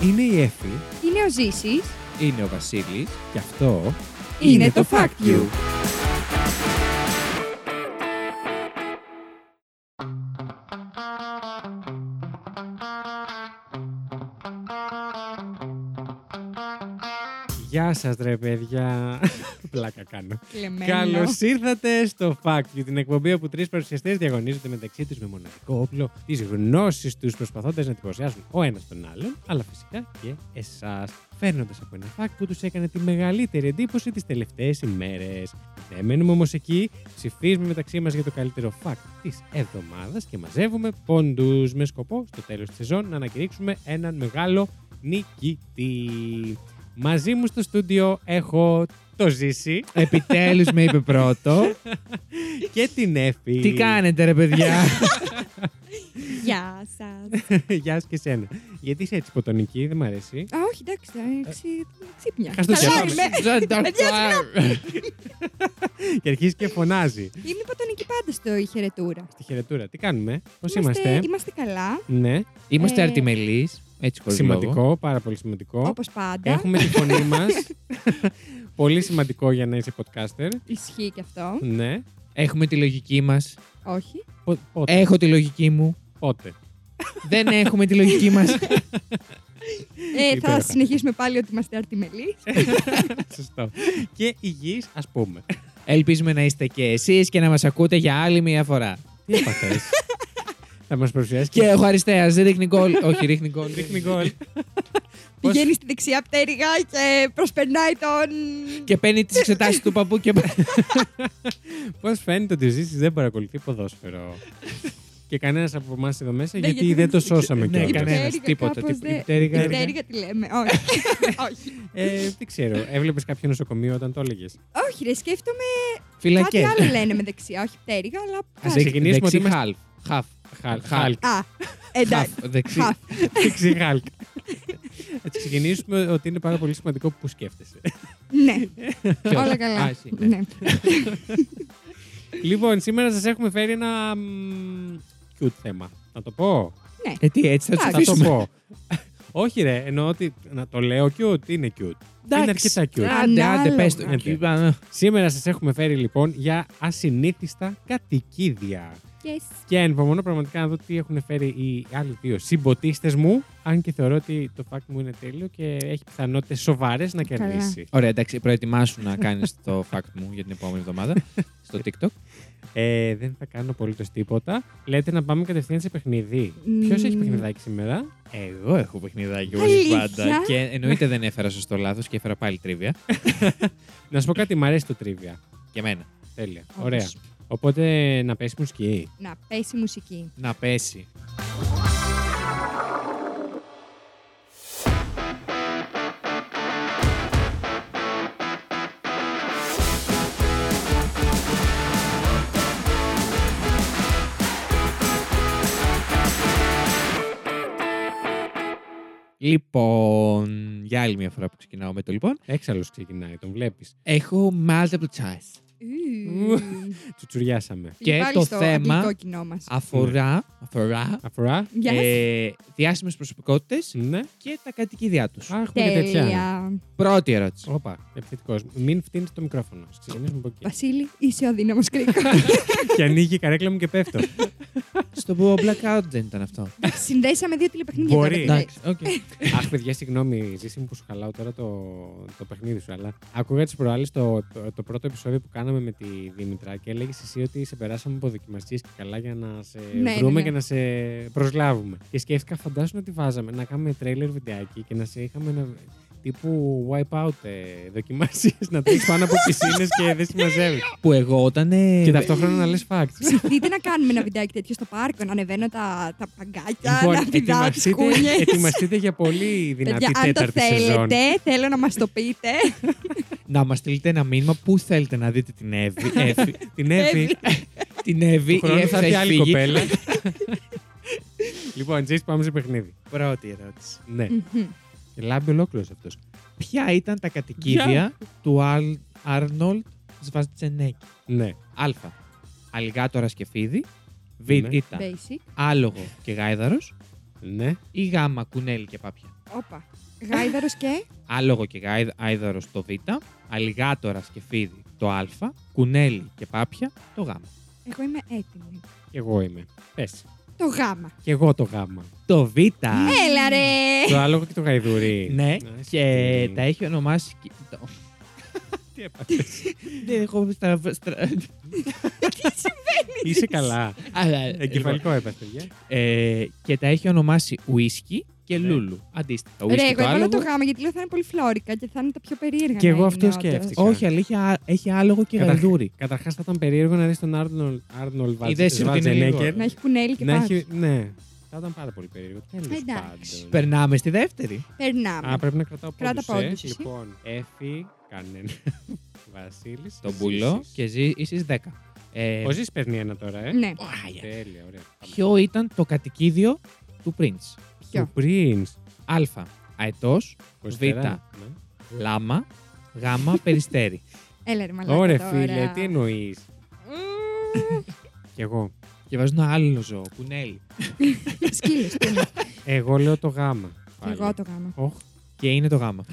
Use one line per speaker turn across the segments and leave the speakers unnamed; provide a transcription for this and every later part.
Είναι η Εφη,
Είναι ο Ζήσης.
είναι ο Βασίλης και αυτό
Είναι το Fact You.
Γεια σας ρε παιδιά. Πλάκα κάνω.
Κλεμμένο.
Καλώς ήρθατε στο Fact You, την εκπομπή όπου τρεις παρουσιαστές διαγωνίζονται μεταξύ τους με μοναδικό όπλο της γνώσης τους, προσπαθώντας να εντυπωσιάσουν ο ένας τον άλλον, αλλά φυσικά και εσάς. Φέρνοντας από ένα fact που τους έκανε τη μεγαλύτερη εντύπωση τις τελευταίες ημέρες. Δεν Ναι, μένουμε όμως εκεί, ψηφίζουμε μεταξύ μας για το καλύτερο fact της εβδομάδας και μαζεύουμε πόντους με σκοπό στο τέλος της σεζόν να ανακηρύξουμε έναν μεγάλο νικητή. Μαζί μου στο στούντιο έχω το ζήσει.
Επιτέλους με είπε πρώτο.
και την Εφη.
Τι κάνετε, ρε παιδιά.
Γεια σας.
Γεια σου και σένα. Γιατί είσαι έτσι ποτονική, δεν μ' αρέσει.
Α, όχι, εντάξει, θα είναι ξύ- ξύπνια.
Ας το
Καλά
διαβάσουμε.
είμαι.
και αρχίζει και φωνάζει.
Είμαι υποτονική πάντα στο η χαιρετούρα.
Στη χαιρετούρα, τι κάνουμε, πώς είμαστε.
Είμαστε καλά,
Ναι,
Είμαστε
Ε,
αρτιμελείς. Έτσι χωρίς
σημαντικό,
λόγο.
πάρα πολύ σημαντικό.
όπως πάντα.
Έχουμε τη φωνή μας. πολύ σημαντικό για να είσαι podcaster.
Ισχύει και αυτό.
Ναι.
Έχουμε τη λογική μας.
όχι.
Πο- πότε.
Έχω τη λογική μου.
πότε.
Δεν έχουμε τη λογική μας.
Ε, θα
Υπέροχα. Ε,
συνεχίσουμε πάλι ότι είμαστε αρτιμελείς.
Σωστό. και υγιή, ας πούμε.
Ελπίζουμε να είστε και εσείς και να μας ακούτε για άλλη μία φορά.
τι έπαθες. Θα μας παρουσιάσει
Και ο Χαριστέα ρίχνει γκολ. Όχι, ρίχνει γκολ.
Ρίχνει γκολ. Πώς-
Πηγαίνει στη δεξιά πτέρυγα και προσπερνάει τον...
Και παίρνει τις εξετάσεις του παππού και.
Πώς φαίνεται ότι ο Ζήση δεν παρακολουθεί ποδόσφαιρο. και κανένας από εμάς εδώ μέσα,
Ναι,
γιατί
γιατί
δεν
δεν-
το σώσαμε
Ναι,
κιόλας.
Η
κανένας,
πτέρυγα
τίποτα,
κάπως
τίποτα.
δεν-
Η πτέρυγα-
Η πτέρυγα τη λέμε, όχι. όχι.
Ε, δεν ξέρω. Έβλεπες κάποιο νοσοκομείο όταν το έλεγες.
Όχι, ρε, σκέφτομαι κάτι
Φυλακές.
άλλο λένε με δεξιά. Όχι πτέρυγα, αλλά.
Ας ξεκινήσουμε ότι είμαστε- Ναι.
Χαλ. Χαφ. Χαλ.
Χαλκ.
Α, εντάξει.
Χαφ. Δεξί.
Χαφ.
Δεξί Χαλκ. Α ξεκινήσουμε ότι είναι πάρα πολύ σημαντικό που σκέφτεσαι.
Ναι,
Ποιος?
όλα
Α,
καλά.
εσύ, ναι.
Ναι.
λοιπόν, σήμερα σας έχουμε φέρει ένα. μ, cute θέμα. Να το πω.
Ε, τι, έτσι θα του
Θα το
αφήσουμε.
πω. Όχι, ρε, εννοώ ότι να το λέω cute είναι cute. Είναι αρκετά cute.
Άντε, άντε, πες
Ανάλογα.
το.
Σήμερα σας έχουμε φέρει λοιπόν για ασυνήθιστα κατοικίδια.
Yes.
Και ανυπομονώ πραγματικά να δω τι έχουν φέρει οι άλλοι δύο συμποτίστες μου. Αν και θεωρώ ότι το fact μου είναι τέλειο και έχει πιθανότητες σοβαρές να
Καλά.
κερδίσει.
Ωραία, εντάξει, προετοιμάσου να κάνεις το fact μου για την επόμενη εβδομάδα στο TikTok.
Ε, δεν θα κάνω απολύτως τίποτα. Λέτε να πάμε κατευθείαν σε παιχνίδι.
Μμμ.
Ποιο έχει παιχνιδάκι σήμερα,
Εγώ έχω παιχνιδάκι
όπως Αλήθεια? πάντα.
Και εννοείται δεν έφερα σωστό λάθος και έφερα πάλι τρίβια.
Να σου πω κάτι, μου αρέσει το τρίβια.
Και εμένα.
Τέλεια.
Όντως.
Ωραία. Οπότε να πέσει μουσική.
Να πέσει η μουσική.
Να πέσει. Λοιπόν, για άλλη μια φορά που ξεκινάω με το λοιπόν,
Έξαλλος ξεκινάει, τον βλέπεις.
έχω multiple choice.
Ου.
Τσουτσουριάσαμε.
Και
Πάλι
το
στο
θέμα-
αγγλικό κοινό μας.
Αφορά, αφορά
Αφορά.
Γεια σας.
ε, διάσημες προσωπικότητες
Ναι.
και τα κατοικίδια τους.
Α, έχουμε και τέτοια.
Τέλεια.
Πρώτη ερώτηση.
Όπα, επιθετικός. Μην φτύνεις το μικρόφωνο. Ας Ξεκινήσουμε από εκεί.
Βασίλη, είσαι ο δύναμος κρίκο.
και ανοίγει η καρέκλα μου και πέφτω.
Στο που ο blackout δεν ήταν αυτό.
Συνδέσαμε δύο τηλεπαιχνίδια.
Μπορεί.
τώρα, δηλαδή.
Εντάξει, οκ.
Αχ, παιδιά, συγγνώμη, ζήση μου που σου χαλάω τώρα το, το παιχνίδι σου. Αλλά ακούγα τις προάλλες το, το, το, πρώτο επεισόδιο που κάναμε με τη Δήμητρα και έλεγες εσύ ότι σε περάσαμε από δοκιμασίε και καλά για να σε
ναι,
βρούμε
ναι.
και να σε προσλάβουμε. Και σκέφτηκα, φαντάσου να τη βάζαμε, να κάνουμε τρέιλερ βιντεάκι και να σε είχαμε ένα τύπου wipeout ε, δοκιμασίε, να τρέχει πάνω από πισίνες και δεν συμμαζεύεις.
που εγώ όταν.
Ναι,
ε,
και ταυτόχρονα να λες facts.
Δείτε να κάνουμε ένα βιντεάκι τέτοιο στο πάρκο, να ανεβαίνω τα, τα παγκάκια, να
Λοιπόν,
πηδάω τις
ετοιμαστείτε,
κούνιες.
ετοιμαστείτε για πολύ δυνατή
Παιδιά, αν το
τέταρτη σεζόν.
θέλετε, θέλω να μας το πείτε.
Να μας στείλετε ένα μήνυμα που θέλετε να δείτε την Εύη. Εύη.
Την Εύη.
Εύη.
την Εύη,
Του
η
χρόνου
Εύη
ε, θα
θα
έρθει
έχει
άλλη
φύγει.
κοπέλα. λοιπόν, Τζέις, πάμε σε παιχνίδι.
Πρώτη ερώτηση.
Ναι.
Μμμ.
Και Λάμπει ολόκληρος αυτός.
Ποια ήταν τα κατοικίδια του Αλ... Αρνόλτ Σβαρτσενέκη.
Ναι.
Α. Αλιγάτορας και φίδι. Β.
Ναι.
Ήταν
Basic.
άλογο και γάιδαρος.
Ναι.
Ή Γ. Κουνέλι και πάπια.
Όπα. Γάιδαρος και.
Άλογο και γάιδ- άιδαρος το Β. Αλιγάτορας και φίδι το Α. Κουνέλι και πάπια το Γ.
Εγώ είμαι έτοιμη.
Κι εγώ είμαι. Πες.
Το γάμα.
Κι εγώ το γάμα.
Το Β.
Έλα ρε!
το άλογο και το γαϊδουρί.
Ναι,
Ας
και
τι.
τα έχει ονομάσει. και- το-
Τι έπαθες.
Δεν Ναι, έχω στρα... στρα-
Είσαι καλά.
Αλλά,
Εγκεφαλικό έπαθες, παιδιά.
Ε, και τα έχει ονομάσει Ουίσκι και
Ναι.
Λούλου. Αντίστοιχα.
Ρε,
Ουίσκι
εγώ
το
έβαλα το
άλογο.
γάμα γιατί λέω θα είναι πολύ φλόρικα και θα είναι τα πιο περίεργα.
Κι
να
εγώ
είναι
αυτό
όντως.
σκέφτηκα.
Όχι, αλλά έχει, α- έχει άλογο και
Καταρχά-
γαϊδούρι.
Καταρχάς θα ήταν περίεργο να δεις τον Άρνολ, Άρνολ Βατζ-
Είδες ότι είναι
Βατζενέκερ.
λίγο.
Να έχει κουνέλι και
να
πάνω.
έχει. Ναι. Θα ήταν πάρα πολύ περίεργο. Τέλο
Εντάξει.
πάντων.
Περνάμε στη δεύτερη.
Περνάμε.
Α, πρέπει να κρατάω
Κράτα
πόντους, ε.
πόντους εσύ.
Λοιπόν, Εφη, κανένα. Βασίλης.
Τον πουλό και ζει ίσως 10. Ε,
Ο Ζης παίρνει ένα τώρα, ε.
Ναι,
Άγια.
Τέλεια, ωραία.
Ποιο ήταν το κατοικίδιο του Prince.
Ο
ποιο.
Prince.
Α. Αετός.
Κοστερά, ναι.
Λάμα. Γ. Περιστέρι.
Έλα ρε μαλάκα
Ωρε
τώρα.
φίλε, τι εννοείς.
Μμμ,
Κι εγώ.
και βάζω ένα άλλο ζώο. Κουνέλι.
σκύλος, τι είναι.
Εγώ λέω το γάμα. πάλι.
Εγώ το Ναι. γάμα.
Οχ,
Και είναι το γάμα.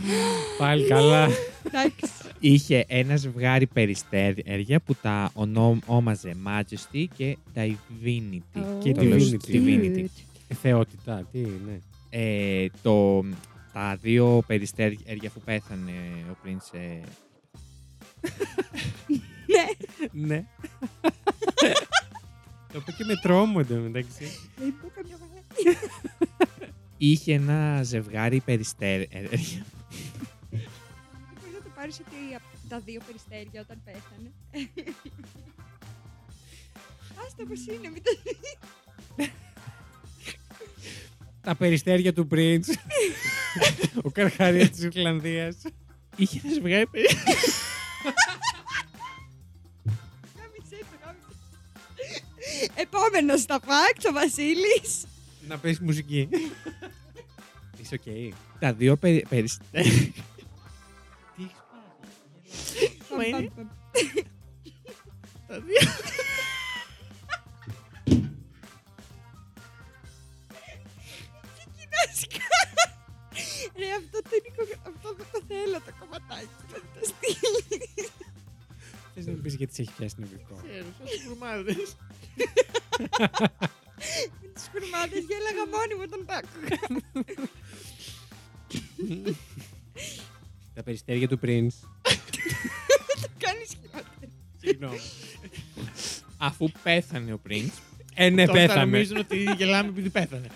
πάλι καλά.
Εντάξει.
Είχε ένα ζευγάρι περιστέρια που τα ονόμαζε Majesty και Divinity.
Oh.
Και
Το
Divinity.
λέω,
Cute.
Divinity.
Ε, Θεότητα, τι είναι.
Ε, το, τα δύο περιστέρια που πέθανε ο Prince. ε,
Ναι. Το οποίο και με τρόμο εντωμεταξύ.
Δεν πω καμιά μαλάκα.
είχε ένα ζευγάρι περιστέρια.
Μπορεί να το πάρει ότι από τα δύο περιστέρια όταν πέθανε. Άστα πως είναι, μην το
Τα περιστέρια του Prince. Ο καρχαρία τη Ιρλανδία.
είχε ένα ζευγάρι περιστέρια.
γάμισε, το γάμισε. Επόμενο στα facts, ο Βασίλη.
Να πέσει μουσική. Είσαι οκ.
τα δύο περι, περιστέρια.
Τι έχει πάθει.
Μα είναι. τα δύο.
Ρε, Ε, αυτό το, είναι, αυτό δεν το θέλω το κομματάκι. Θα το στείλει.
Θε να μου πει γιατί σε έχει πιάσει νευρικό.
Με τι κουρμάδε γέλαγα μόνη μου όταν τα άκουγα.
Τα περιστέρια του Prince.
Κάνει χειρότερα.
Συγγνώμη.
Αφού πέθανε ο Prince.
Ε, ναι,
τώρα θα
πέθαμε.
νομίζουν ότι γελάμε επειδή πέθανε.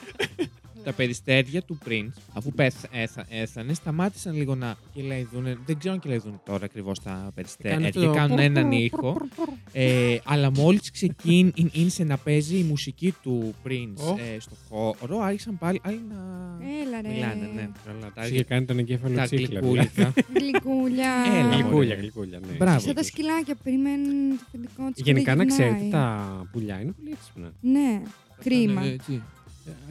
Τα περιστέρια του Prince, αφού πέθ- έθα- έθανε, σταμάτησαν λίγο να κελαϊδούν. Δεν ξέρω αν κελαϊδούν τώρα ακριβώς τα περιστέρια.
Κάνουν
Και
το-
κάνουν έναν ήχο. Ε, αλλά μόλις ξεκίνησε να παίζει η μουσική του Prince
Ω.
ε, στο χώρο, άρχισαν πάλι άλλοι να.
Έλα ρε.
Μιλάνε, ναι. Τα-
Σου είχε κάνει τον εγκέφαλο δηλαδή.
Τα
τσίκλα.
γλυκούλικα.
Γλυκούλια.
Έλα,
δηλαδή.
μωρέ.
Γλυκούλια, γλυκούλια. ναι.
Μπράβο.
Σαν τα σκυλάκια που περιμένουν το θετικό τους.
Γενικά να ξέρετε, τα πουλιά είναι πολύ έξυπνα.
Ναι, κρίμα.
Ναι, έτσι.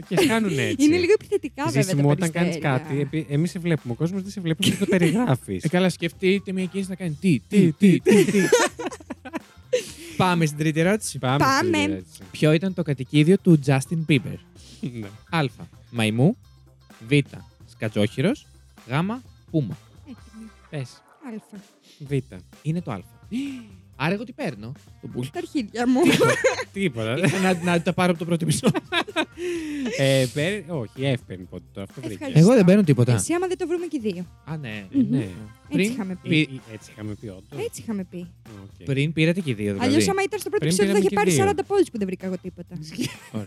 Και κάνουν Ναι, έτσι.
Είναι λίγο επιθετικά βέβαια.
Ζήσιμο
τα
όταν κάνεις
περιστέρια.
κάτι. Εμείς σε βλέπουμε. Ο κόσμος δεν σε βλέπει και το περιγράφεις.
Ε, καλά, σκεφτείτε μια κίνηση να κάνει. Τι, τι, τι, τι. τι. Πάμε στην τρίτη ερώτηση.
Πάμε.
στη διερώτηση.
Ποιο ήταν το κατοικίδιο του Justin Bieber.
Ναι.
Α. Μαϊμού. Β. Σκατζόχυρος. Γ. Πούμα.
Έτοιμη.
Πες.
Ε, Αλφα.
Β.
Είναι το Α. Άρα εγώ τι παίρνω. Το πουλ.
Τα αρχίδια μου.
Τίποτα.
Ήθελα να, να τα πάρω από το πρώτο μισό.
Ε, παίρνει- Όχι, F παίρνει πόντο τώρα. Αυτό βρήκες.
Ευχαριστώ. Εγώ δεν παίρνω
τίποτα.
Εσύ άμα δεν το βρούμε και οι δύο.
Α, ναι.
Ε, ναι.
Έτσι
Πριν-
είχαμε
Ε,
πει.
ε, Έτσι είχαμε πει όντως.
Έτσι είχαμε πει.
Οκ.
Πριν πήρατε και οι δύο δηλαδή.
Αλλιώς, άμα ήταν στο πρώτο
Δηλαδή, Πριν
επεισόδιο, θα είχε
πήραμε
πάρει
και
40 πόντους που δεν βρήκα εγώ τίποτα.
Ωραία.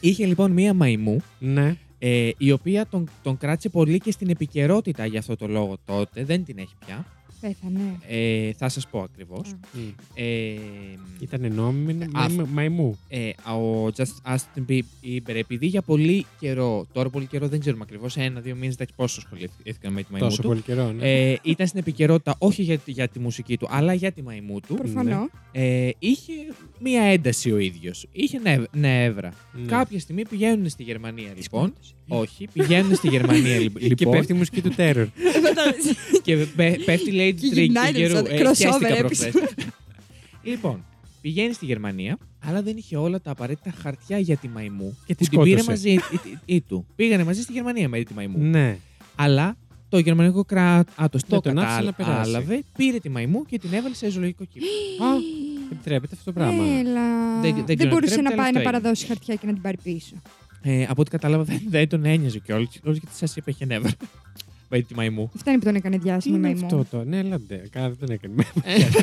Είχε λοιπόν μία μαϊμού
Ναι.
ε, η οποία τον, τον κράτησε πολύ και στην επικαιρότητα για αυτό το λόγο τότε. Δεν την έχει πια.
Πέθανε.
Ε, θα σας πω ακριβώς.
Α.
Ε,
Ήταν νόμιμη
Αφ-
μα- μαϊμού.
ε, ο Justin Bieber, επειδή για πολύ καιρό, τώρα πολύ καιρό δεν ξέρουμε ακριβώς, ένα-δύο μήνε, εντάξει, πόσο ασχολήθηκαν με τη μαϊμού
Τόσο
του.
πολύ καιρό. ναι.
Ε, ήταν στην επικαιρότητα όχι για, τη- για τη μουσική του, αλλά για τη μαϊμού του.
Προφανώ.
ναι.
Ε, είχε μία ένταση ο ίδιος. Είχε νεύ, νεύρα.
Ναι.
Κάποια στιγμή πηγαίνουν στη Γερμανία λοιπόν. όχι, πηγαίνουν στη Γερμανία λι-
Και
λοιπόν.
πέφτει η μουσική του τέρορ.
και πέ- πέφτει Lady
Και
Trigger.
γυρνάει,
γερού-
σαν
ε,
crossover
χαίστηκα
episode.
προχθές. λοιπόν, πηγαίνει στη Γερμανία, αλλά δεν είχε όλα τα απαραίτητα χαρτιά για τη Μαϊμού.
Και
που
τη
την πήρε
σκότωσε.
μαζί ή- ή- ή του. Πήγανε μαζί στη Γερμανία με τη Μαϊμού.
Ναι.
Αλλά το γερμανικό κράτος
Ναι,
το
τον άφησε να περάσει.
κατάλαβε, πήρε τη Μαϊμού και την έβαλε σε ζωολογικό κήπο.
Α, επιτρέπεται αυτό το
Ναι,
πράγμα.
Έλα.
Δεν- δεν
Δεν,
ξέρω,
μπορούσε
επιτρέπεται,
να πάει
αλλά
να
αυτό
παραδώσει χαρτιά και να την πάρει πίσω.
Ε, από ό,τι κατάλαβα, δεν, δεν τον ένοιαζε κιόλας. Όλο γιατί σας είπε είχε never. Με τη Μαϊμού.
Δεν φτάνει που τον έκανε
Τι
διάσημο
είναι
η μου. Ε.
αυτό το. Ναι, λάντε. Καλά, δεν τον έκανε.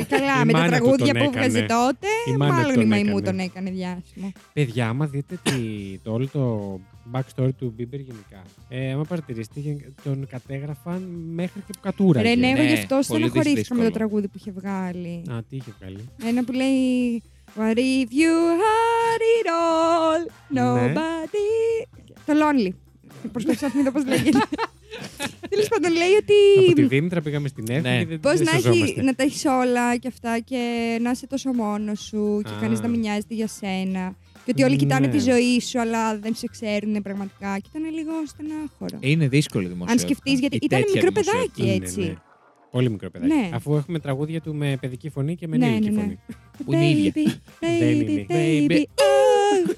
Καλά,
Η
με τα
μάνα του
τραγούδια
τον
που έβγαζε
έκανε.
τότε,
Η μάνα του
μάλλον η
τον
Μαϊμού
έκανε.
τον έκανε διάσημο.
Παιδιά, άμα δείτε τη, το όλο το backstory του Μπίμπερ γενικά. Ε, άμα παρατηρήσετε, γεν- τον κατέγραφαν μέχρι και που κατούραγε.
Ρε, ναι, εγώ
ναι,
γι' αυτό
πολύ
στεναχωρήθηκα με το
δύσκολο.
τραγούδι που είχε βγάλει.
Α, τι είχε βγάλει.
Ένα που λέει What if you had it all,
Ναι.
nobody... Το Lonely. Προσπαθούσα να θυμηθώ πώς λέγεται. Τέλος πάντων λέει
Από τη
ότι
Δήμητρα πήγαμε στην Εύη
Ναι.
και δεν
πώς
δεν
να, έχει,
σωζόμαστε.
να τα έχεις όλα και αυτά και να είσαι τόσο μόνος σου και
Α.
κανείς να μην νοιάζεται για σένα. Και ότι όλοι κοιτάνε
Ναι.
τη ζωή σου αλλά δεν σε ξέρουν πραγματικά. Και ήταν λίγο στενάχωρο.
Είναι δύσκολο η δημοσιογραφία.
σκεφτείς, γιατί
Η
ήταν
τέτοια
μικρό
δημοσιογραφία.
παιδάκι.
Ναι,
έτσι.
ναι. Πολύ μικρό παιδάκι.
Ναι.
Αφού έχουμε τραγούδια του με παιδική φωνή και με
Ναι,
ενήλικη
ναι, ναι.
φωνή.
Που είναι η ίδια.
Δεν
Baby,
είναι.
baby,
Baby.
baby. oh.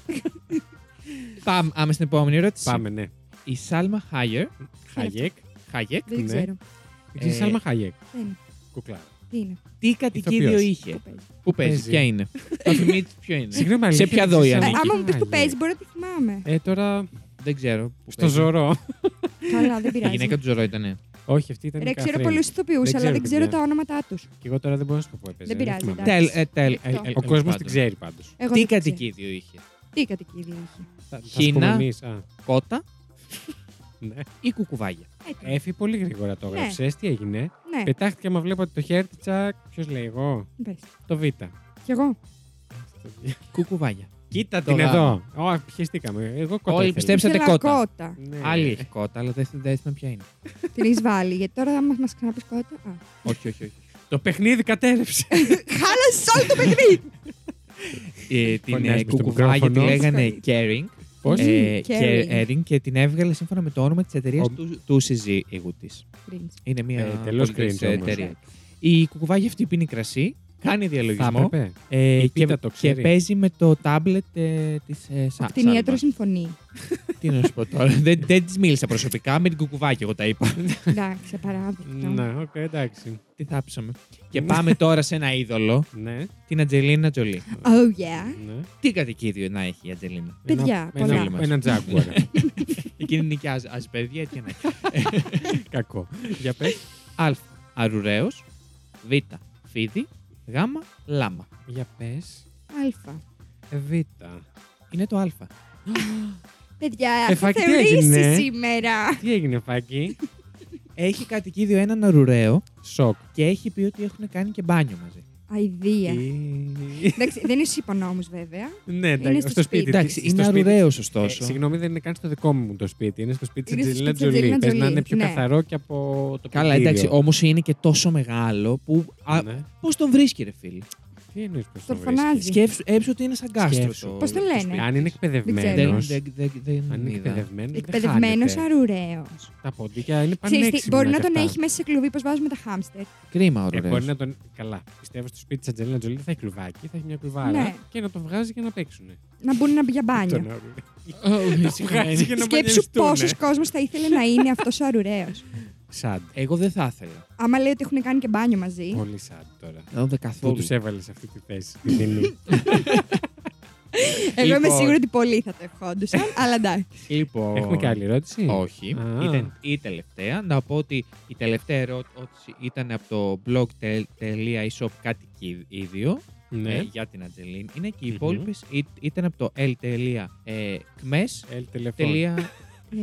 Πάμε άμε στην επόμενη ερώτηση.
Πάμε, ναι.
Η Σάλμα Χάιερ.
Χαγέκ.
Ε.
Χάγεκ.
Ναι.
Δεν ξέρω.
Ξέρεις, Σάλμα Χαγέκ.
Δεν είναι.
Κουκλάρα.
Τι είναι.
Τι κατοικίδιο
Ηθοποιός.
είχε.
Που παίζει.
Πού παίζει,
Παίζει.
ποια είναι. Το θυμίτη ποιο είναι.
Συγγνώμη,
Σε
αλήθεια,
ποια
δεν
δόη
ξέρω.
Ε,
ανήκει.
Άμα μου πεις
Μάλιστα.
που παίζει, μπορεί να τη θυμάμαι.
Ε, τώρα
Δεν ξέρω. πού
στο
παίζει.
ζωρό. Ε,
Καλά, δεν
Η
πειράζει. Ε,
γυναίκα του Ζωρό ήταν.
Όχι, αυτή ήταν
Ρε,
η
ξέρω
Καθρίνη.
πολλούς ηθοποιούς,
Δεν
αλλά
ξέρω,
δεν ξέρω
παιδιά.
τα όνοματά τους.
Και εγώ τώρα δεν μπορώ να σου πω που έπαιζε.
Δεν πειράζει,
θυμάμαι.
εντάξει.
Τελ, ε, τελ,
Εκτό.
ε, ε,
Ο
ε,
κόσμο
πάντων.
την ξέρει πάντως.
Εγώ
Τι
δεν ξέρω.
κατοικίδιο είχε.
Τι κατοικίδιο είχε.
Θα θα σου
Χίνα.
πούμε εμείς. Α,
Κότα
ναι.
ή κουκουβάγια.
Έτσι.
Έφυγε πολύ γρήγορα το
Ναι.
έγραψε. Τι έγινε.
Ε, Ναι,
Πετάχτηκε άμα βλέπω ότι το χέρι της τσακ. Ποιος λέει εγώ.
πες.
Το Β.
Κι εγώ.
Κουκουβάγια.
Κοίτα
το
την
γάμο.
εδώ. Ω, πιεστήκαμε. Εγώ κότα.
Όλοι
ήθελα.
πιστέψα- Ψέψατε
Ήθελα
κότα.
κότα.
Ναι.
Άλλη έχει κότα, αλλά δεν δεν θυμάμαι ποια είναι.
Την έχεις βάλει, γιατί τώρα άμα μας ξαναπείς κότα. α.
όχι, όχι, όχι.
Το παιχνίδι κατέρευσε.
Χάλασες όλο το παιδί!
Ε, την
Φωνάζουμε
ε,
στο
κουκουβάγια τη
μικρόφωνο.
λέγανε Caring.
Πώς?
Ε,
Caring.
Caring και την έβγαλε σύμφωνα με το όνομα της εταιρείας
Ο-
του, του συζύγου της.
Cringe.
Είναι μια
Ε, τελώς
πολυεθνική
cringe όμως.
εταιρεία. Η κουκουβάγια αυτή πίνει κρασί, κάνει
Θα
διαλογισμό
έπρεπε.
ε,
Η
και,
πίτα το
και
ξέρει.
παίζει με το τάμπλετ ε, της ε, Σα-
Την
Σάλμα.
ιατρο συμφωνεί.
Τι να σου πω τώρα. δεν δεν της μίλησα προσωπικά, με την κουκουβάγια εγώ τα είπα.
Εντάξει, απαράδεκτο.
Ναι, οκ, εντάξει.
Τι θάψαμε. και πάμε τώρα σε ένα είδωλο,
Ναι.
την Ατζελίνα Τζολί.
Oh yeah.
ναι.
Τι κατοικίδιο να έχει η Ατζελίνα.
Παιδιά,
Ένα-
πολλά.
ένα- Ένα τζάκουαρ.
Εκείνη νοικιάζει ασπέδια και να
Κακό. Για πες.
Α. Αρουραίος. Β. Φίδι. Γ. Λάμα.
Για πες.
Αλφα.
Ε, Β.
Είναι το Α.
Παιδιά,
Ε,
θα
φακτή έγινε.
θεωρήσεις σήμερα.
Τι έγινε, Φάκη.
Έχει κατοικίδιο έναν αρουραίο
Σοκ.
και έχει πει ότι έχουν κάνει και μπάνιο μαζί.
Αιδία.
Ε,
Εντάξει, δεν είσαι υπονόμου βέβαια.
Ναι,
Είναι
εντάξει,
στο
στο σπίτι.
σπίτι.
της.
Εντάξει,
Στο
είναι
σπίτι
αρουραίο
Ε,
ωστόσο.
συγγνώμη, δεν είναι καν στο δικό μου το σπίτι. Είναι στο σπίτι τη
Είναι στο
Αντζελίνα
σπίτι της
Τζολί. Πε
Angelina
να
Jolie,
είναι πιο
ναι.
καθαρό και από το
Καλά,
κτίριο.
εντάξει, όμως είναι και τόσο μεγάλο που.
Ναι.
Πώς τον βρίσκει, ρε φίλε.
Τι εννοείς πως
Τον
Ναι.
φωνάζει. ναι,
Σκέψου, έψου ότι είναι σαν
Σκέψου.
κάστρο.
Πώς το λένε?
Αν είναι εκπαιδευμένος.
Δεν,
Ενός.
δεν, δεν, δεν
Αν είναι
είδα.
εκπαιδευμένος. δεν
Εκπαιδευμένος
χάνεται.
αρουραίο.
Τα ποντίκια είναι
Ξέρεις τι,
πανέξυπνα.
μπορεί
κι
να τον
αυτά.
έχει μέσα σε κλουβί, πώ βάζουμε τα χάμστερ.
Κρίμα,
Ε,
ωραίο.
μπορεί να τον. Καλά. Πιστεύω στο σπίτι της Αντζελίνα Τζολί θα έχει κλουβάκι, θα έχει μια κλουβάρα
Ναι.
και να τον βγάζει και να παίξουν.
Να μπουν να μπει για μπάνιο.
Τον βγάζει και να
Σκέψου πόσος κόσμος θα ήθελε να είναι αυτός ο αρουραίος.
Σαντ.
Εγώ δεν θα ήθελα.
Άμα λέει ότι έχουν κάνει και μπάνιο μαζί.
Πολύ σαντ τώρα.
Δεν θα
Που
καθόλου.
τους έβαλες σε αυτή τη θέση. τη δίνει.
Εγώ είμαι
Λοιπόν.
σίγουρη ότι πολλοί θα το ευχόντουσαν, αλλά εντάξει.
Λοιπόν,
Έχουμε και άλλη ερώτηση.
Όχι.
Α.
Ήταν η τελευταία. Να πω ότι η τελευταία ερώτηση ήταν από το blog.ishop κάτι ίδιο ε,
Ναι.
για την Αντζελίν. Είναι και οι
Μμμ.
υπόλοιπες ήταν από το ε, l.kmes.io.
Ελ τηλεφώνη.
Ε,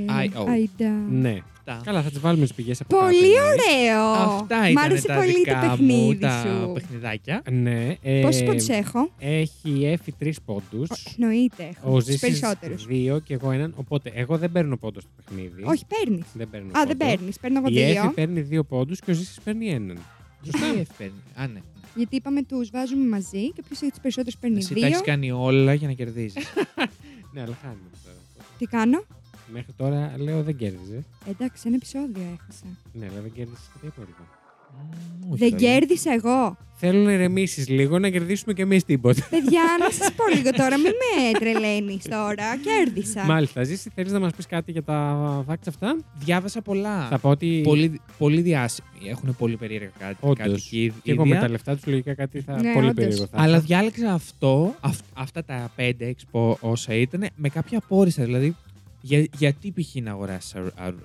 I.O.
Αϊντα.
Ναι. Καλά, θα τις βάλουμε στις πηγές από
Πολύ
κάτω, εμείς.
ωραίο!
Αυτά
Μ'
ήταν
άρεσε
τα
πολύ το
δικά μου
παιχνίδι
τα
σου.
παιχνιδάκια.
Ναι. Ε,
Πόσους πόντους έχω,
Έχει έφη τρεις πόντους.
εννοείται. Έχω
Ο
τους
Ζήσης
περισσότερους.
δύο και εγώ έναν. Οπότε εγώ δεν παίρνω πόντο στο παιχνίδι.
Όχι, παίρνεις.
Δεν παίρνω
Α,
πόντο.
δεν παίρνεις. Παίρνω εγώ
Η
δύο.
Εφη παίρνει δύο πόντους και ο Ζήσης παίρνει έναν.
Σωστά. Τι έφερνε. Α, ναι.
Γιατί είπαμε τους βάζουμε μαζί και ποιος έχει τους περισσότερους παίρνει
Εσύ τα έχεις
δύο.
κάνει όλα για να κερδίζεις.
Ναι, αλλά χάνουμε τώρα.
Τι κάνω.
Μέχρι τώρα λέω δεν κέρδιζε.
Εντάξει, ένα επεισόδιο έχασα.
Ναι, αλλά δεν κέρδισε και τα υπόλοιπα.
Όχι,
Δεν
τώρα.
κέρδισα εγώ.
Θέλω να ηρεμήσει λίγο, να κερδίσουμε κι εμείς τίποτα.
Παιδιά, να σας πω λίγο τώρα. Μην με τρελαίνεις τώρα. Κέρδισα.
Μάλιστα, Ζήση, θέλεις να μας πεις κάτι για τα facts αυτά.
Διάβασα πολλά.
Θα πω ότι.
Πολύ, πολύ διάσημοι. Έχουν πολύ περίεργα κάτι.
Όντως.
κάτι εκεί
Και εγώ με
ίδια.
τα λεφτά τους λογικά κάτι θα.
Ναι,
πολύ
όντως.
περίεργο θα.
Αλλά
ήταν.
διάλεξα αυτό, αυ- αυτά τα 5-6 που όσα ήταν, με κάποια απόρρισα. Δηλαδή, για, γιατί π.χ. να αγοράσεις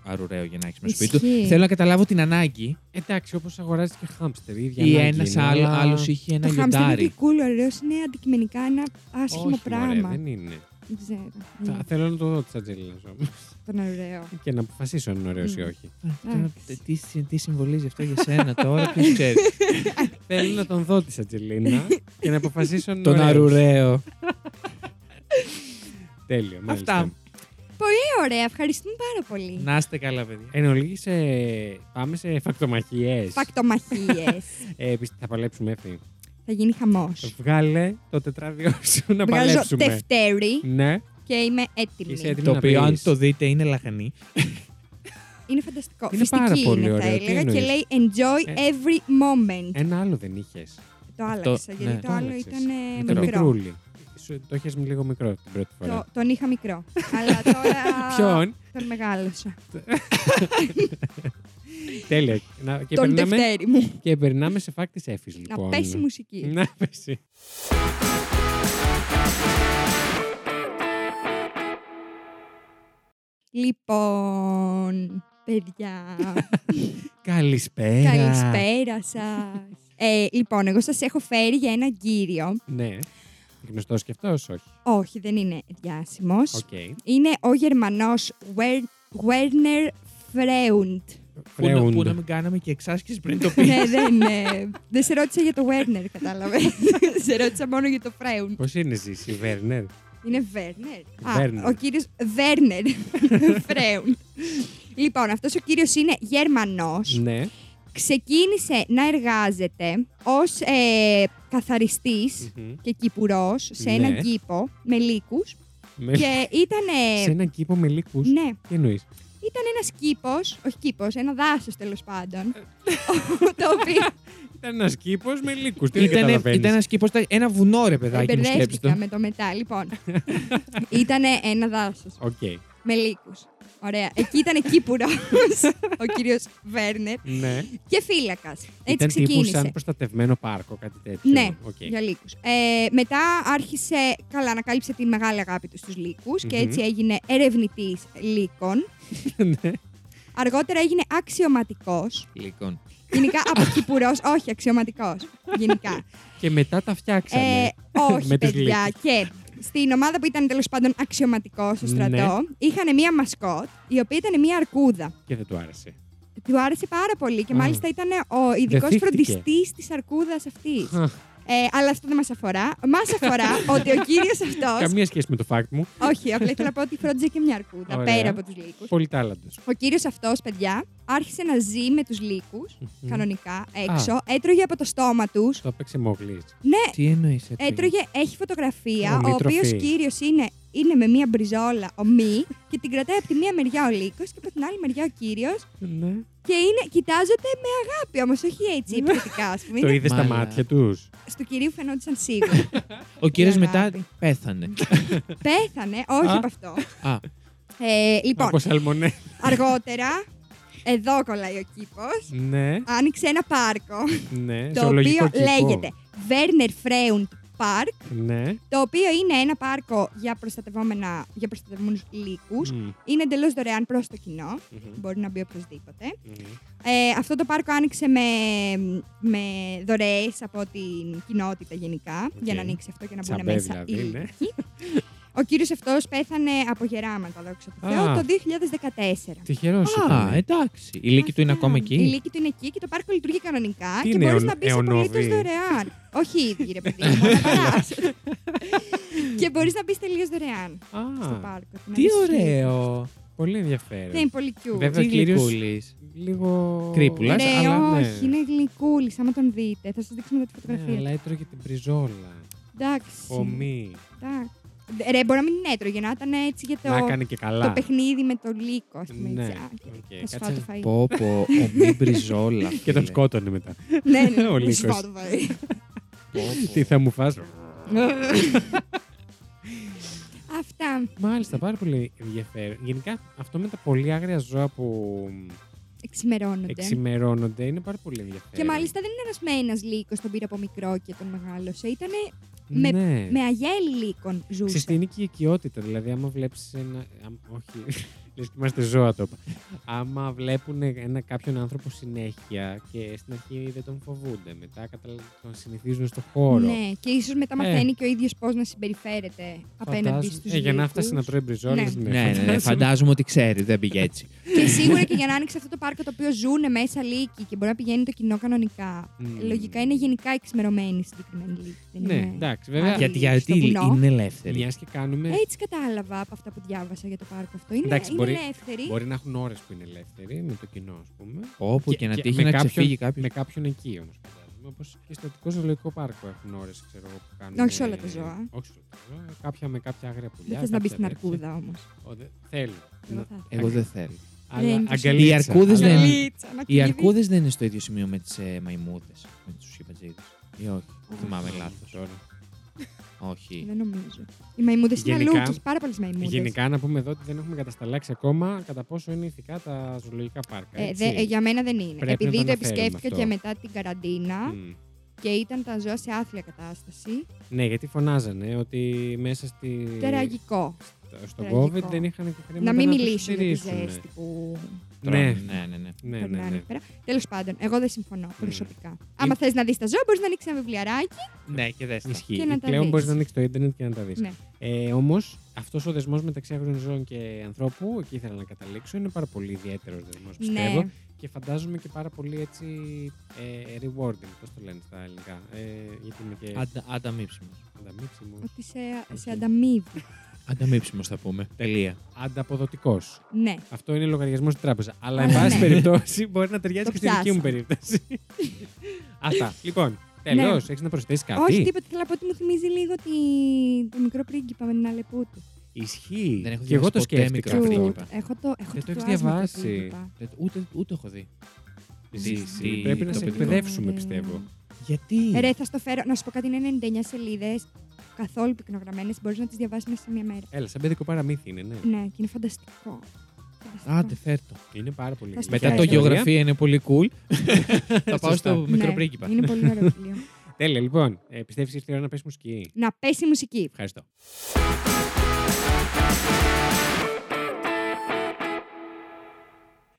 αρουραίο για να έχεις με σπίτι
Ισχύει.
του. Θέλω να καταλάβω την ανάγκη.
Εντάξει, όπως αγοράζει και χάμστερ. η ίδια
Ή
ανάγκη
ένας
είναι,
άλλος
αλλά-
άλλος είχε ένα
Το χάμστερ είναι
λιοντάρι.
και cool, ωραίος. Είναι αντικειμενικά ένα άσχημο
Όχι, μωρέ,
πράγμα. Ναι.
δεν είναι.
Δεν ξέρω.
Θα,
Είναι
θέλω να το δω της Ατζέλινα όμως.
Τον ωραίο.
και να αποφασίσω αν είναι ωραίος ή
Μμ.
όχι.
Τώρα, «Ε, Τι, συ- τι συμβολίζει αυτό για σένα τώρα, ποιος ξέρει.
θέλω να τον δω της Ατζελίνα και να αποφασίσω αν είναι
Τον
ωραίος.
αρουραίο.
Τέλειο, μάλιστα.
Αυτά.
Ε, ωραία. Ευχαριστούμε πάρα πολύ.
Να είστε καλά, παιδιά.
Εν ολίγη, σε... πάμε σε φακτομαχιέ.
Φακτομαχίες.
Ε, πιστεύω θα παλέψουμε, έφυγε.
Θα γίνει χαμός.
Βγάλε το τετράδιό σου να
Βγάζω
παλέψουμε.
τευτέρι
Ναι,
και είμαι
και είσαι
έτοιμη.
έτοιμη
Το
να
οποίο, αν
πεις.
το δείτε, είναι λαχανή.
Είναι φανταστικό.
Είναι
Φυστική
πάρα πολύ
είναι, θα
ωραίο. Τι
έλεγα. Και
εννοείς?
λέει enjoy
Ε.
every moment.
Ένα άλλο δεν είχες.
το άλλαξα, γιατί
ναι,
το,
το
άλλο
άλλαξες.
ήταν ε,
Ήταν
μικρό.
μικρούλι. Σου, το είχε λίγο μικρό την πρώτη
Το,
φορά.
τον είχα μικρό. αλλά τώρα
Ποιον?
τον μεγάλωσα.
Τέλεια. Να- και,
τον
περνάμε,
Δευτέρη μου.
και περνάμε σε φάκτη έφη, λοιπόν.
Να πέσει η μουσική.
Να πέσει.
Λοιπόν, παιδιά,
Καλησπέρα.
καλησπέρα σας. Ε, λοιπόν, εγώ σας έχω φέρει για ένα κύριο.
Ναι. Γνωστός και αυτός, όχι.
Όχι, δεν είναι διάσημος.
Οκ.
Είναι ο Γερμανός Wer- Werner Freund.
Που να- Που
Φρέουντ.
να μην κάναμε και εξάσκηση πριν το πει.
ναι, δεν, ε, δεν σε ρώτησα για το Werner, κατάλαβε. σε ρώτησα μόνο για το Freund.
Πώς είναι, Ζήση, Βέρνερ.
Είναι Βέρνερ.
Werner.
Α, ο κύριος Βέρνερ Φρέουν. λοιπόν, αυτός ο κύριος είναι Γερμανός.
Ναι.
Ξεκίνησε να εργάζεται ως ε, καθαριστής
Μμμ.
και κυπουρός σε
Ναι.
έναν κήπο με λύκους
Με-
και ήταν... ε,
Σε έναν κήπο με λύκους.
ναι,
Τι εννοείς.
ήταν ένας κήπος, όχι κήπος, ένα δάσος τέλος πάντων, το οποίο
Ήταν ένας κήπος με λύκους. Τι δεν
Ήταν
καταλαβαίνεις.
ένας κήπος, ένα βουνό, ρε παιδάκι μου, σκέψτε
μπερδεύτηκα
το.
με το μετά, λοιπόν. ήταν ένα δάσος.
Οκ.
με λύκους. Ωραία. Εκεί ήταν κύπουρο ο κύριος Βέρνερ
Ναι.
και φύλακας. Έτσι
Ήταν τύπου
ξεκίνησε.
σαν προστατευμένο πάρκο, κάτι τέτοιο.
Ναι,
Οκ.
για λύκους. Ε, μετά άρχισε. Καλά, ανακάλυψε τη μεγάλη αγάπη του στους λύκους και
Μμμ.
έτσι έγινε ερευνητής λύκων.
Ναι.
Αργότερα έγινε αξιωματικός.
Λοιπόν.
Γενικά από κυπουρό, όχι αξιωματικός. Γενικά.
Και μετά τα φτιάξανε.
Ε, όχι,
Με τις
παιδιά.
λύκους.
Και στην ομάδα που ήταν τέλος πάντων αξιωματικό στο
Ναι.
στρατό, είχαν μία μασκότ, η οποία ήταν μία αρκούδα.
Και δεν του άρεσε.
Του άρεσε πάρα πολύ και
Α.
μάλιστα ήταν ο ειδικός
θύχτηκε.
φροντιστής της αρκούδας αυτής.
Χα,
Ε, αλλά αυτό δεν μας αφορά. Μας αφορά ότι ο κύριος αυτός.
Καμία σχέση με το fact μου.
όχι, απλά ήθελα να πω ότι φρόντιζε και μια αρκούδα
Ωραία.
πέρα από τους λύκους.
Πολύ τάλαντος.
Ο κύριος αυτός, παιδιά, άρχισε να ζει με τους λύκους κανονικά έξω. Έτρωγε από το στόμα τους.
Το έπαιξε μόγλη.
Ναι,
Τι εννοείς έτσι.
έτρωγε, έχει φωτογραφία. Ο
Ομοιοτροφή.
οποίος κύριος είναι, είναι με μία μπριζόλα, ο μη, και την κρατάει από τη μία μεριά ο λύκος και από την άλλη μεριά ο κύριος.
Ναι.
Και είναι, κοιτάζονται με αγάπη όμως, όχι έτσι επιθετικά, ας πούμε.
Το
Είναι-
είδες στα
Μάλα.
μάτια τους.
Στου κυρίου φαινόντουσαν σίγουρα.
Ο κύριος
Η
μετά
αγάπη.
πέθανε.
Πέθανε, όχι
Α.
από αυτό.
Α,
Ε, λοιπόν,
Από σαλμονέ.
αργότερα, εδώ κολλάει ο κήπος.
Ναι,
Άνοιξε ένα πάρκο,
ναι.
το
ζωολογικό
οποίο
κήπο.
λέγεται Werner Freund Park,
Ναι.
το οποίο είναι ένα πάρκο για, προστατευόμενα, για προστατευόμενους λύκους.
Μμμ.
Είναι εντελώς δωρεάν προς το κοινό.
Μμμ.
Μπορεί να μπει οποιοδήποτε.
Μμμ.
Ε, αυτό το πάρκο άνοιξε με, με δωρεές από την κοινότητα γενικά, για να ανοίξει αυτό και να μπουν
Τσαμπέ
μέσα
δηλαδή,
οι
ναι.
λύκοι. Ο κύριος αυτός πέθανε από γεράματα, δόξα τω Θεώ,
Α.
το 2014.
Τυχερός.
Α,
ε,
εντάξει. Η λύκη του είναι
Αυτά.
ακόμα
Η
εκεί.
λύκη του είναι εκεί και το πάρκο λειτουργεί κανονικά
Τι
και
είναι
μπορείς
αιων-
να μπεις
αιωνόβιοι?
απολύτως δωρεάν. Όχι οι ίδιοι, ρε παιδί μου, να περάσεις. Και μπορείς να μπεις τελείως δωρεάν στο πάρκο. την
Τι
αλήθεια.
ωραίο.
Πολύ
Ναι,
ενδιαφέρον.
είναι πολύ cute.
Βέβαια,
Τι
κύριος-
γλυκούλης.
Λίγο.
Κρύπουλας,
Ναι,
αλλά
όχι, είναι γλυκούλης. Άμα τον δείτε, θα σας δείξουμε μετά τη
Ναι,
φωτογραφία.
αλλά έτρωγε την πριζόλα.
Εντάξει.
Ομί.
Εντάξει. Ρε, μπορεί να μην την έτρωγε, να ήταν έτσι για
Να
το,
κάνει και
το
καλά.
παιχνίδι με το λύκο, ας πούμε.
Ναι.
έτσι. Α,
Οκ,
Θα σου φάω το
κάτσε.
φαΐ.
Πω, πω, ο μη μπριζόλα.
Και τον
φίλε.
σκότωνε μετά.
Ναι, ναι,
Ο
ναι, θα σου
λύκος.
φάω το φαΐ.
Πω, πω.
Τι θα μου φας.
Αυτά.
Μάλιστα, πάρα πολύ ενδιαφέρον. Γενικά, αυτό με τα πολύ άγρια ζώα που
Εξημερώνονται.
εξημερώνονται είναι πάρα πολύ ενδιαφέρον.
Και μάλιστα δεν είναι ένα με ένα λύκος, τον πήρε από μικρό και τον μεγάλωσε. Ήταν
ναι.
με αγέλη λύκων ζούσε.
Ξεστήνει και η οικειότητα. Δηλαδή, άμα βλέπεις ένα. αμ- όχι. Λε και είμαστε ζώα, το είπα. Άμα βλέπουν ένα, κάποιον άνθρωπο συνέχεια και στην αρχή δεν τον φοβούνται. Μετά καταλα- τον συνηθίζουν στο χώρο.
Ναι, και ίσως μετά μαθαίνει και ο ίδιος πώς να συμπεριφέρεται απέναντι
Ε. Φαντάζομαι-
στους
ε, για να φτάσει να τρώει μπριζόλες, ναι.
Ναι.
Ναι, ναι, ναι,
φαντάζομαι.
φαντάζομαι ότι ξέρει, δεν πήγε έτσι.
Και σίγουρα και για να άνοιξε αυτό το πάρκο το οποίο ζουν μέσα λύκοι και μπορεί να πηγαίνει το κοινό κανονικά.
Μμμ.
Ε, Λογικά είναι γενικά εξημερωμένοι συγκεκριμένοι λύκοι. δεν
Ναι,
είναι-
εντάξει, βέβαια.
Άλλη. Ε,
Για...
Γιατί,
στο
γιατί
βουνό.
είναι ελεύθερη.
Μιας και κάνουμε.
Έτσι κατάλαβα από αυτά που διάβασα για το πάρκο αυτό. Είναι,
Εντάξει,
είναι
μπορεί-
ελεύθεροι.
Μπορεί να έχουν ώρες που είναι ελεύθεροι με το κοινό, ας πούμε.
Όπου και, να
και
τύχει
με
να
κάποιον-
ξεφύγει κάποιος.
Με κάποιον εκεί όμως. Όπως και στο Αττικό Ζωολογικό Πάρκο έχουν ώρες, ξέρω εγώ, που κάνουν.
Ναι,
ε,
Όχι σε όλα τα ζώα.
Όχι σε όλα τα ζώα. Κάποια με κάποια άγρια πουλιά.
Δεν θες να μπει
κάποια
στην
τέτοια.
αρκούδα όμως.
Ω, δεν- Θέλω. Να-
Εγώ δεν θέλω.
Αλλά
είναι
αγκαλίτσα.
Οι αρκούδες
Ε, Αλλά-
δεν- Οι αρκούδες δεν είναι στο ίδιο σημείο με τις ε, μαϊμούδες, με τους χιμπατζίδε. Ή όχι. Θυμάμαι λάθος.
Τώρα.
Όχι.
Δεν νομίζω. Οι μαϊμούδες είναι
Γενικά-
αλούκε. Πάρα πολλές μαϊμούδες.
Γενικά να πούμε εδώ ότι δεν έχουμε κατασταλάξει ακόμα κατά πόσο είναι ηθικά τα ζωολογικά πάρκα.
Ε,
έτσι.
δε- ε, για μένα δεν είναι.
Πρέπει να το
Επειδή το,
αναφέρουμε
επισκέφτηκα
αυτό. Ναι.
και μετά την καραντίνα
Μμ.
και ήταν τα ζώα σε άθλια κατάσταση.
Ναι, γιατί φωνάζανε ότι μέσα στη...
Τεραγικό.
στο
τραγικό.
COVID δεν είχαν και χρήματα
Να μην
ναι, το
μιλήσουν για τη
στηρίξουνε.
ζέστη που
Ναι,
Τώρα, ναι, ναι, ναι.
ναι, ναι.
περνάνε
ναι. Ε,
εκεί πέρα. Τέλος πάντων, εγώ δεν συμφωνώ προσωπικά.
Είναι-
Άμα θες να δεις τα ζώα, μπορείς να ανοίξεις ένα βιβλιαράκι.
Ναι, και δες.
Ισχύει.
Και να τα
Πλέον
δεις.
μπορείς να ανοίξεις το ίντερνετ και να τα δεις.
Ναι.
Ε, Όμως, αυτός ο δεσμός μεταξύ άγριων ζώων και ανθρώπου, εκεί ήθελα να καταλήξω, είναι πάρα πολύ ιδιαίτερος δεσμός, πιστεύω.
Ναι.
Και φαντάζομαι και πάρα πολύ έτσι ε, rewarding, πώς το λένε στα ελληνικά. Ε, γιατί είμαι και
Ανταμύψιμο.
ανταμίψιμο.
Ότι σε, σε
Οκ.
ανταμείβει.
Ανταμύψιμο θα πούμε. Τελεία.
Ανταποδοτικός.
Ναι.
Αυτό είναι λογαριασμός στην τράπεζας. Αλλά, εν
Αλλά
πάση
ναι.
περιπτώσει, μπορεί να ταιριάζει
Το
και στη δική
πιάσα.
μου περίπτωση. Αυτά. Λοιπόν, τέλος.
Ναι.
Έχεις να προσθέσεις κάτι.
Όχι τίποτα. Θέλω να πω ότι μου θυμίζει λίγο τη... το μικρό πρίγκιπα με την αλεπού του.
Ισχύει.
Δεν έχω
και εγώ
διαβάσει
το
ποτέ
σκέφτηκα
μικρό
αυτό.
πρίγκιπα.
Cute. Έχω το, έχω
Δεν το έχεις
άσμα
διαβάσει.
πρίγκιπα.
Ε, Ούτε, ούτε έχω δει.
Ζήσει.
Τι-
Πρέπει να
το
σε
παιδικό.
εκπαιδεύσουμε,
Ωραία.
πιστεύω.
Γιατί.
Ε, Ρε, θα στο φέρω. Να σου πω κάτι, είναι 99 σελίδες. Καθόλου πυκνογραμμένες. Μπορείς να τις διαβάσεις μέσα σε μία μέρα.
Έλα, σαν παιδικό παραμύθι είναι, ναι.
Ναι, και είναι φανταστικό. Φανταστικό.
Άντε, φέρτο.
Είναι πάρα πολύ.
Θα στο
Μετά
Μετά
το
το
Ωραία.
γεωγραφία.
γεωγραφία είναι πολύ cool. θα πάω στο
Σωστά.
μικρό
Ναι,
πρίγκιπα.
Είναι πολύ ωραίο βιβλίο.
Τέλεια, λοιπόν. Ε, Πιστεύεις ήρθε η ώρα να πέσει μουσική.
να πέσει η μουσική.
Ευχαριστώ.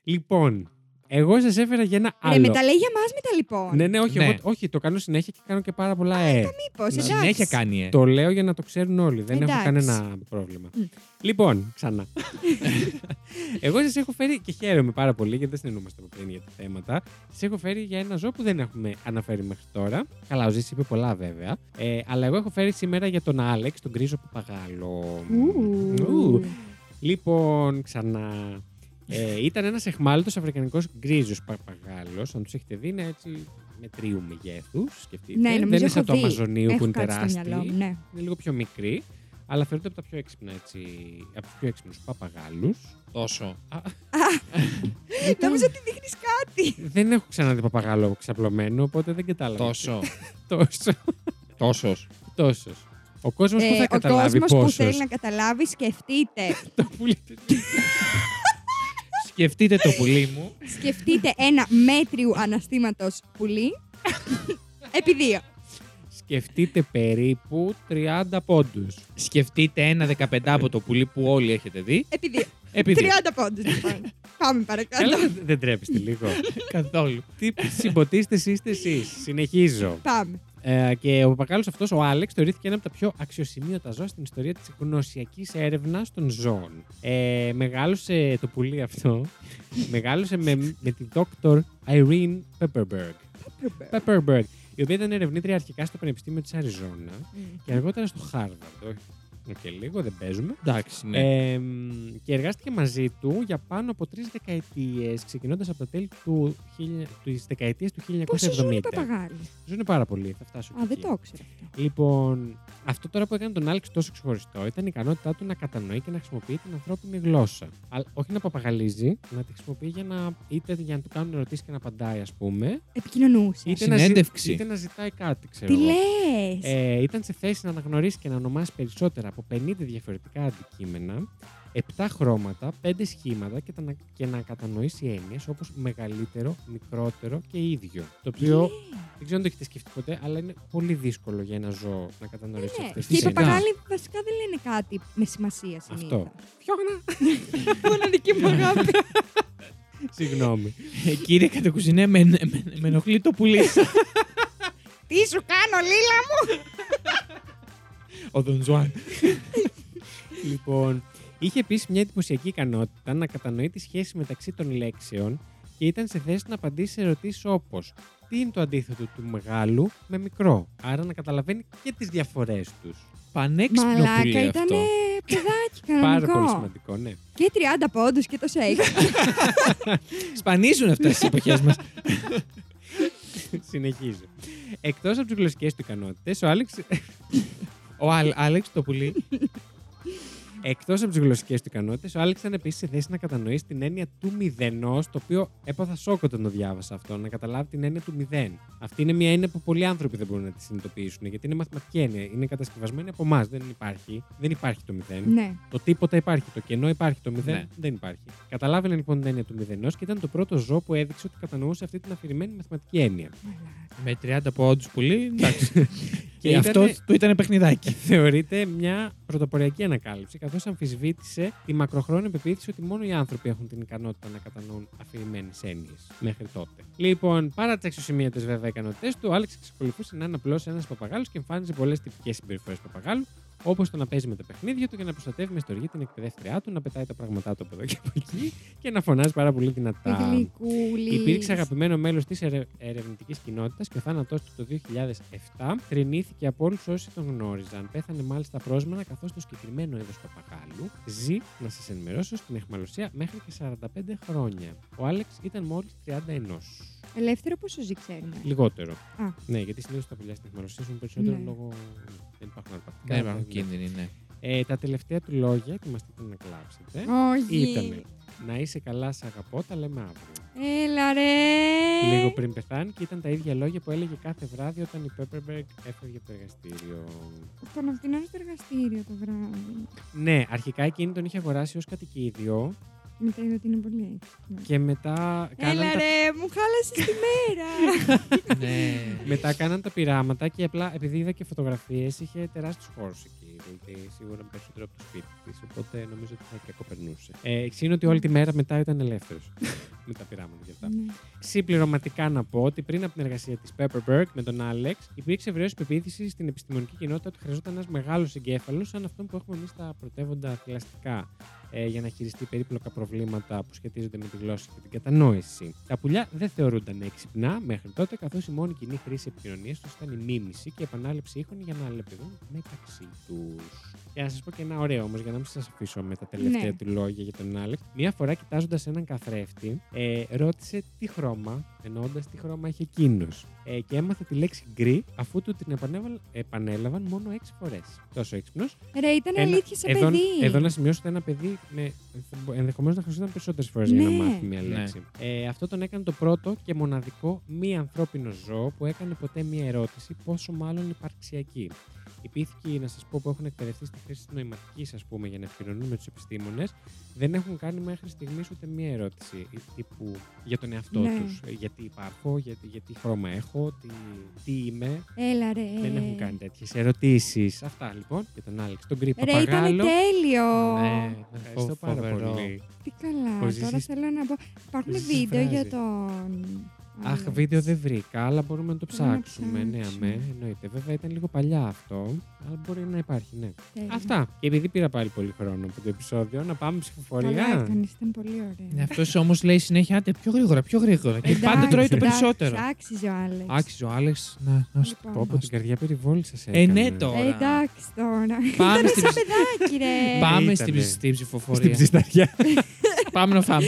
Λοιπόν, εγώ σας έφερα για ένα
Ρε,
άλλο.
Ναι, με τα λέει για μας μετά λοιπόν.
Ναι, ναι, όχι,
Ναι.
εγώ- όχι, το κάνω συνέχεια και κάνω και πάρα πολλά ε.
Μήπω, εντάξει.
Συνέχεια κάνει, ε.
Το λέω για να το ξέρουν όλοι. Δεν έχω
Εντάξει.
κανένα πρόβλημα.
Μμ.
Λοιπόν, ξανά. Εγώ σας έχω φέρει και χαίρομαι πάρα πολύ γιατί δεν συνεννούμαστε από πριν για τα θέματα. Σας έχω φέρει για ένα ζώο που δεν έχουμε αναφέρει μέχρι τώρα. Καλά, ο Ζήση είπε πολλά βέβαια. Ε, αλλά εγώ έχω φέρει σήμερα για τον Άλεξ, τον γκρίζο παπαγάλο. Ου.
Ου.
Λοιπόν, ξανά. Ε, ήταν ένας εχμάλωτος αφρικανικός γκρίζος παπαγάλος. Αν τους έχετε δει, είναι έτσι μετρίου μεγέθους. Σκεφτείτε.
Ναι, νομίζω
δεν είναι
έχω
σαν το
δει.
Αμαζονίου που
Έχω
είναι
κάτι στο μυαλό
τεράστιο.
μου. Ναι.
Είναι λίγο πιο μικρή, αλλά θεωρείται από τα πιο έξυπνα έτσι. Από τους πιο έξυπνους παπαγάλους.
Τόσο.
Λοιπόν.
Νομίζω ότι δείχνεις κάτι.
δεν έχω ξαναδεί παπαγάλο ξαπλωμένο, οπότε δεν κατάλαβα.
Τόσο.
Τόσο.
Τόσος.
Τόσος. Ο κόσμος που θα
Ε, ο
καταλάβει
κόσμος που
πόσος.
θέλει να καταλάβει, σκεφτείτε.
Σκεφτείτε το πουλί μου.
σκεφτείτε ένα μέτριου αναστήματος πουλί. Επί δύο.
Σκεφτείτε περίπου 30 πόντους.
Σκεφτείτε ένα 15 από το πουλί που όλοι έχετε δει.
Επί δύο.
Επειδή.
30 πόντους λοιπόν. Πάμε παρακάτω.
Καλά, δεν τρέπεστε λίγο.
Καθόλου.
Τι συμποτίστε είστε εσείς. Συνεχίζω.
Πάμε.
Ε, και ο παπαγάλο αυτός, ο Άλεξ, θεωρήθηκε ένα από τα πιο αξιοσημείωτα ζώα στην ιστορία της γνωσιακή έρευνας των ζώων. Ε, μεγάλωσε το πουλί αυτό. μεγάλωσε με, με τη Dr. Irene Pepperberg. Pepperberg, η οποία ήταν ερευνήτρια αρχικά στο Πανεπιστήμιο της Αριζόνα
Μμ.
και αργότερα στο Χάρβαρντ. και λίγο, δεν παίζουμε.
Εντάξει, ναι.
Ε, μ, και εργάστηκε μαζί του για πάνω από τρεις δεκαετίες, ξεκινώντας από τα τέλη του, τη δεκαετία του 1970.
Πόσο ζουν οι παπαγάλοι.
Ζουνε πάρα πολύ, θα φτάσω. και
Α, δεν
εκεί.
το ήξερα αυτό.
Λοιπόν, αυτό τώρα που έκανε τον Άλεξ τόσο ξεχωριστό ήταν η ικανότητά του να κατανοεί και να χρησιμοποιεί την ανθρώπινη γλώσσα. Αλλά όχι να παπαγαλίζει, να τη χρησιμοποιεί για να, είτε για να του κάνουν ερωτήσεις και να απαντάει, ας πούμε.
Επικοινωνούσε.
Είτε να, ζη-
Συνέντευξη.
είτε να ζητάει κάτι, ξέρω
Τι
εγώ.
λες.
Ε, ήταν σε θέση να αναγνωρίσει και να ονομάσει περισσότερα από 50 διαφορετικά αντικείμενα, 7 χρώματα, 5 σχήματα και, τα να, και να κατανοήσει έννοιες όπως μεγαλύτερο, μικρότερο και ίδιο. Το οποίο δεν ξέρω αν το έχετε σκεφτεί ποτέ, αλλά είναι πολύ δύσκολο για ένα ζώο να κατανοήσει αυτέ
Ναι, Και οι
τι
φυσικά.
έννοιε.
παπαγάλοι βασικά δεν λένε κάτι με σημασία συνήθως.
Αυτό. Φιόγνα.
Μόνο δική μου αγάπη.
Συγγνώμη.
Ε, Κύριε Κατακουζινέ, με, με, με ενοχλεί το πουλί σας.
Τι σου κάνω, Λίλα μου!
Ο Δον Ζουάν.
λοιπόν, είχε επίσης μια εντυπωσιακή ικανότητα να κατανοεί τη σχέση μεταξύ των λέξεων και ήταν σε θέση να απαντήσει σε ερωτήσεις όπως Τι είναι το αντίθετο του μεγάλου με μικρό. Άρα να καταλαβαίνει και τις διαφορές τους.
Πανέξυπνο πουλί
Μαλάκα, ήταν
αυτό.
παιδάκι
Πάρα πολύ
κανονικό.
σημαντικό, ναι.
Και 30 πόντους και τόσα έχει.
Σπανίζουν αυτές τις εποχές μας.
Συνεχίζω. Εκτός από τις γλωσσικές του ικανότητες, ο Άλεξ
Ο Άλ- Άλεξ το πουλί.
Εκτός από τις γλωσσικές του ικανότητες, ο Άλεξ ήταν επίσης σε θέση να κατανοήσει την έννοια του μηδενός, το οποίο έπαθα σόκο όταν το διάβασα αυτό, να καταλάβει την έννοια του μηδέν. Αυτή είναι μια έννοια που πολλοί άνθρωποι δεν μπορούν να τη συνειδητοποιήσουν, γιατί είναι μαθηματική έννοια. Είναι κατασκευασμένη από εμάς. Δεν υπάρχει. Δεν υπάρχει το μηδέν.
ναι.
Το τίποτα υπάρχει. Το κενό υπάρχει. Το μηδέν
Ναι.
δεν υπάρχει. Καταλάβαινε λοιπόν την έννοια του μηδενός και ήταν το πρώτο ζώο που έδειξε ότι κατανοούσε αυτή την αφηρημένη μαθηματική έννοια.
Μαλάκα.
Με 30 πόντους πουλί, εντάξει.
Και
Και αυτό
ήτανε-
του ήταν παιχνιδάκι.
θεωρείται μια πρωτοποριακή ανακάλυψη, καθώς αμφισβήτησε τη μακροχρόνια πεποίθηση ότι μόνο οι άνθρωποι έχουν την ικανότητα να κατανοούν αφηρημένες έννοιες μέχρι τότε. Λοιπόν, παρά τις αξιοσημείωτες βέβαια ικανότητες του, ο Άλεξ εξακολουθούσε να είναι απλώ ένα παπαγάλο και εμφάνιζε πολλές τυπικές συμπεριφορές παπαγάλου, όπως το να παίζει με τα παιχνίδια του και να προστατεύει με στοργή την εκπαιδεύτριά του, να πετάει τα πράγματά του από εδώ και από εκεί και να φωνάζει πάρα πολύ δυνατά.
Γλυκούλης.
Υπήρξε αγαπημένο μέλος της ερευνητικής κοινότητας και ο θάνατός του το 2007 κρινήθηκε από όλους όσοι τον γνώριζαν. Πέθανε μάλιστα πρόσμενα καθώς το συγκεκριμένο είδος παπαγάλου ζει, να σας ενημερώσω, στην εχμαλωσία μέχρι και 45 χρόνια. Ο Άλεξ ήταν μόλις 31.
Ελεύθερο πόσο ζει, ξέρουμε.
Λιγότερο.
Α.
Ναι, γιατί συνήθως τα πουλιά στην εχμαλωσία σου είναι περισσότερο
Ναι.
λόγω. Δεν υπάρχουν αρπακτικά.
Δεν υπάρχουν
ναι.
κίνδυνοι, ναι.
Ε, τα τελευταία του λόγια, ετοιμαστείτε να κλάψετε.
Όχι.
Ήτανε. Να είσαι καλά, σ' αγαπώ, τα λέμε αύριο.
Έλα ρε.
λίγο πριν πεθάνει και ήταν τα ίδια λόγια που έλεγε κάθε βράδυ όταν η Πέπερμπεργκ έφευγε από το εργαστήριο.
Τον αυτινό στο εργαστήριο το βράδυ.
Ναι, αρχικά εκείνη τον είχε αγοράσει ως κατοικίδιο
Μετά είδα ότι είναι πολύ έτσι.
και μετά
Έλα
κάναν, τα,
ρε, μου χάλασες τη μέρα.
Ναι.
μετά κάναν τα πειράματα και απλά επειδή είδα και φωτογραφίες είχε τεράστιους χώρους εκεί. Δηλαδή σίγουρα περισσότερο από το σπίτι της. Οπότε νομίζω ότι θα κακοπερνούσε. Ε, είναι ότι όλη τη μέρα μετά ήταν ελεύθερος με τα πειράματα και αυτά.
Ναι.
Συμπληρωματικά να πω ότι πριν από την εργασία της Pepperberg με τον Alex, υπήρξε ευρέως πεποίθηση στην επιστημονική κοινότητα ότι χρειαζόταν ένας μεγάλος εγκέφαλος σαν αυτόν που έχουμε εμείς τα πρωτεύοντα θηλαστικά ε, για να χειριστεί περίπλοκα προβλήματα που σχετίζονται με τη γλώσσα και την κατανόηση. Τα πουλιά δεν θεωρούνταν έξυπνα μέχρι τότε, καθώς η μόνη κοινή χρήση επικοινωνίας τους ήταν η μίμηση και η επανάληψη ήχων για να αλληλεπιδρούν μεταξύ τους. Για να σας πω και ένα ωραίο όμως, για να μην σας αφήσω με τα τελευταία
Ναι.
του λόγια για τον Άλεξ. Μία φορά κοιτάζοντας έναν καθρέφτη, ε, ρώτησε τι χρώμα, εννοώντας τι χρώμα είχε εκείνος. Ε, και έμαθε τη λέξη γκρι, αφού του την επανέβαλ- επανέλαβαν μόνο 6 φορές. Τόσο έξυπνος,
Ρε, ήταν
ένα-
αλήθεια σαν
εδώ,
παιδί.
Εδώ να σημειώσω ότι ένα παιδί με, ενδεχομένως να χρησιμοποιούνταν περισσότερες φορές για να
Ναι.
μάθει μια
Ναι.
λέξη. Ε, αυτό τον έκανε το πρώτο και μοναδικό μη ανθρώπινο ζώο που έκανε ποτέ μια ερώτηση, πόσο μάλλον υπαρξιακή. Οι πίθηκοι, να σας πω, που έχουν εκπαιδευτεί στη χρήση τη νοηματικής, ας πούμε, για να επικοινωνούν με τους επιστήμονες, δεν έχουν κάνει μέχρι στιγμής ούτε μία ερώτηση ε, τύπου για τον εαυτό
Ναι.
τους. Γιατί υπάρχω, γιατί, γιατί χρώμα έχω, τι, τι είμαι.
Έλα ρε.
Δεν έχουν κάνει τέτοιες ερωτήσεις. Αυτά λοιπόν για τον Άλεξ. Τον Ε, κρύπα
Ρε, ήταν τέλειο.
Ναι,
Ευχαριστώ
φο-
πάρα
φοβερό.
πολύ.
Τι καλά.
Ο Ζησής-
Τώρα θέλω να πω. Υπάρχουν
Ζησής
βίντεο για
φράζει.
τον
Αχ, βίντεο δεν βρήκα, αλλά μπορούμε να το
Μπορούμε να
ψάξουμε. Ναι, αμέ,
ψάξουμε.
εννοείται. Βέβαια ήταν λίγο παλιά αυτό, αλλά μπορεί να υπάρχει, ναι.
Τέλεια.
Αυτά. Και επειδή πήρα πάλι πολύ χρόνο από το επεισόδιο, να πάμε
Καλά
ψηφοφορία.
έκανες, ήταν πολύ ωραία.
Ναι.
Αυτός όμως Ναι, λέει συνέχεια, άντε πιο γρήγορα, πιο γρήγορα. Και
Εντάξει,
Ε, πάντα τρώει το
εντάξει, Ε,
περισσότερο.
Άξιζε ο Άλεξ.
Άξιζε ο Άλεξ να, να σου
Λοιπόν.
πω.
Πω, πω, την καρδιά περιβόλησα σε
Ε, ναι,
Ε,
το.
Εντάξει τώρα.
Πάμε
Ήταν
στην
σαν
ψη-
παιδάκι, ρε.
Πάμε
Ήτανε.
στην ψη- στην
Στην
ψηφοφορία.
ψισταριά.
Πάμε να φάμε.